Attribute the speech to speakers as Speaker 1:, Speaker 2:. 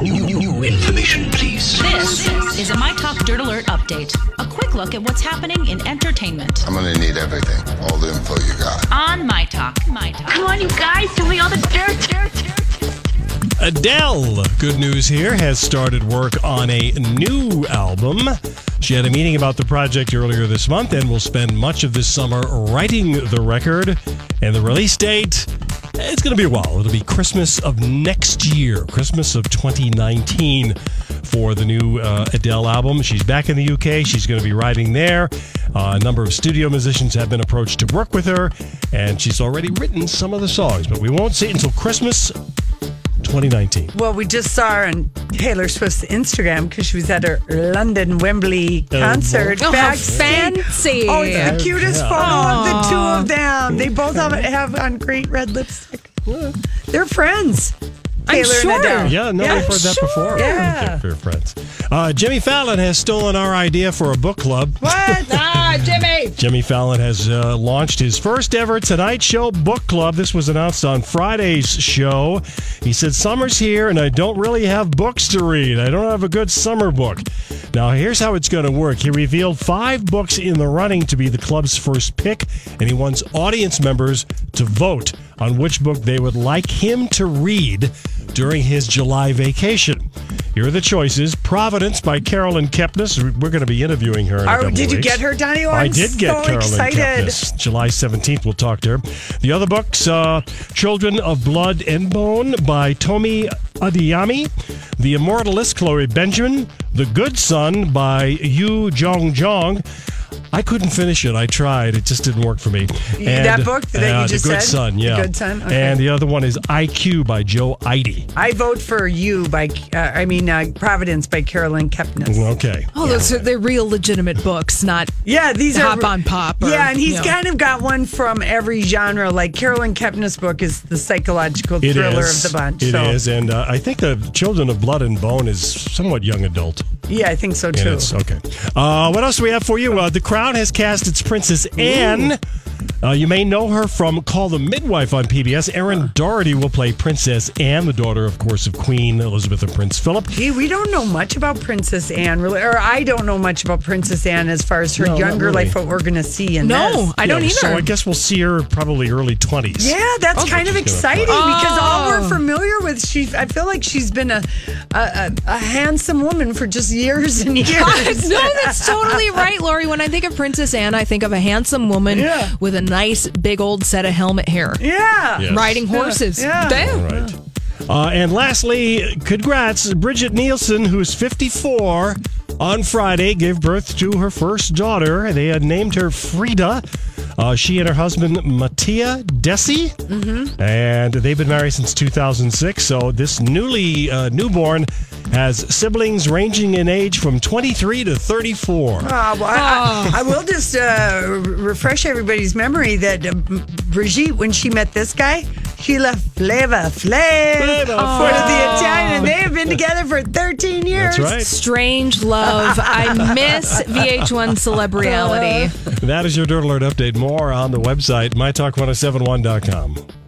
Speaker 1: New, new, new information, please.
Speaker 2: This is a My Talk Dirt Alert update. A quick look at what's happening in entertainment
Speaker 3: I'm gonna need everything, all the info you got.
Speaker 2: on My Talk. My Talk.
Speaker 4: Come on, you guys, give me all the dirt, dirt, dirt, dirt.
Speaker 5: Adele, good news here, has started work on a new album. She had a meeting about the project earlier this month and will spend much of this summer writing the record. And the release date, it's going to be a while. It'll be Christmas of next year, Christmas of 2019 for the new uh, Adele album. She's back in the UK. She's going to be writing there. Uh, a number of studio musicians have been approached to work with her, and she's already written some of the songs, but we won't see it until Christmas 2019.
Speaker 6: Well, we just saw her on Taylor Swift's Instagram because she was at her London Wembley
Speaker 5: Oh,
Speaker 6: concert.
Speaker 7: Oh, how
Speaker 6: backstage.
Speaker 7: fancy.
Speaker 6: Oh, it's the cutest
Speaker 5: Yeah.
Speaker 6: photo of the two of them. They both have, have on great red lipstick. They're friends.
Speaker 7: I'm
Speaker 6: Taylor
Speaker 7: sure.
Speaker 6: And Adele.
Speaker 5: Yeah, no,
Speaker 6: Yeah,
Speaker 5: we've heard that
Speaker 6: sure.
Speaker 5: before.
Speaker 6: Yeah.
Speaker 5: They're friends. Uh, Jimmy Fallon has stolen our idea for a book club.
Speaker 6: What?
Speaker 7: Ah, Jimmy.
Speaker 5: Jimmy Fallon has uh, launched his first ever Tonight Show book club. This was announced on Friday's show. He said, Summer's here and I don't really have books to read. I don't have a good summer book. Now, here's how it's going to work. He revealed five books in the running to be the club's first pick, and he wants audience members to vote on which book they would like him to read during his July vacation. Here are the choices Providence by Carolyn Kepnes. We're going to be interviewing her. In a
Speaker 6: Are-
Speaker 5: couple
Speaker 6: did you
Speaker 5: weeks.
Speaker 6: get her, Donnie? Oh,
Speaker 5: I
Speaker 6: I'm
Speaker 5: did get
Speaker 6: so
Speaker 5: Carolyn
Speaker 6: excited.
Speaker 5: Kepnes. July 17th, we'll talk to her. The other books uh, Children of Blood and Bone by Tomi Adiyami, The Immortalist, Chloe Benjamin, The Good Son by Yu Jong Jong. I couldn't finish it. I tried. It just didn't work for me.
Speaker 6: that book that you
Speaker 5: uh,
Speaker 6: just
Speaker 5: The Good
Speaker 6: said?
Speaker 5: Son,
Speaker 6: The
Speaker 5: yeah.
Speaker 6: Good Son, okay.
Speaker 5: And the other one is IQ by Joe Idy.
Speaker 6: I vote for you by, uh, I mean, uh, Providence by Carolyn Kepnes.
Speaker 5: Okay.
Speaker 7: Oh, those are they're real legitimate books, not
Speaker 6: Yeah, these are
Speaker 7: Hop on Pop or-
Speaker 6: yeah, and he's
Speaker 7: yeah.
Speaker 6: kind of got one from every genre. Like Carolyn Kepner's book is the psychological
Speaker 5: It is.
Speaker 6: thriller of the bunch.
Speaker 5: It
Speaker 6: so
Speaker 5: is. And uh, I think the Children of Blood and Bone is somewhat young adult.
Speaker 6: yeah, I think so
Speaker 5: And
Speaker 6: too.
Speaker 5: it's- okay. Uh, what else do we have for you? Uh, the Crown has cast its Princess Anne. Uh, you may know her from Call the Midwife on PBS.
Speaker 7: Ah.
Speaker 5: Erin Doherty will play Princess Anne, the daughter, of course, of Queen Elizabeth and Prince Philip.
Speaker 6: Gee, we don't know much about Princess Anne, really, or I don't know much about Princess Anne as far as her
Speaker 5: No, not
Speaker 6: younger
Speaker 5: really.
Speaker 6: life. What we're gonna see in
Speaker 7: No,
Speaker 6: this.
Speaker 7: I don't
Speaker 5: Yeah,
Speaker 7: either.
Speaker 5: So I guess we'll see her probably early 20s.
Speaker 6: Yeah, that's kind of
Speaker 5: she's gonna
Speaker 6: exciting
Speaker 7: play.
Speaker 6: because all we're
Speaker 7: Oh.
Speaker 6: familiar with, she I feel like she's been a a, a, a handsome woman for just years and years.
Speaker 7: no, that's totally right, Lori. When I think of Princess Anne, I think of a handsome woman
Speaker 6: Yeah.
Speaker 7: with a nice big old set of helmet hair,
Speaker 6: yeah.
Speaker 5: Yes.
Speaker 7: riding horses.
Speaker 6: Yeah.
Speaker 7: Damn.
Speaker 5: All right. Uh, and lastly, congrats, Bridget Nielsen, who is 54, on Friday gave birth to her first daughter. They had named her Frida. Uh, she and her husband, Mattia Desi, and they've been married since 2006. So this newly uh, newborn has siblings ranging in age from 23 to 34.
Speaker 6: Uh, well, I, I, I will just uh, r- refresh everybody's memory that uh, Brigitte, when she met this guy, she left Flava Flav
Speaker 5: Flava
Speaker 6: for
Speaker 5: Flav.
Speaker 6: the Italian, and they have been together for 13 years.
Speaker 5: That's right.
Speaker 7: Strange love. I miss VH1 celebrity.
Speaker 6: Uh,
Speaker 5: oh That is your Dirt Alert update. More on the website, mytalk1071.com.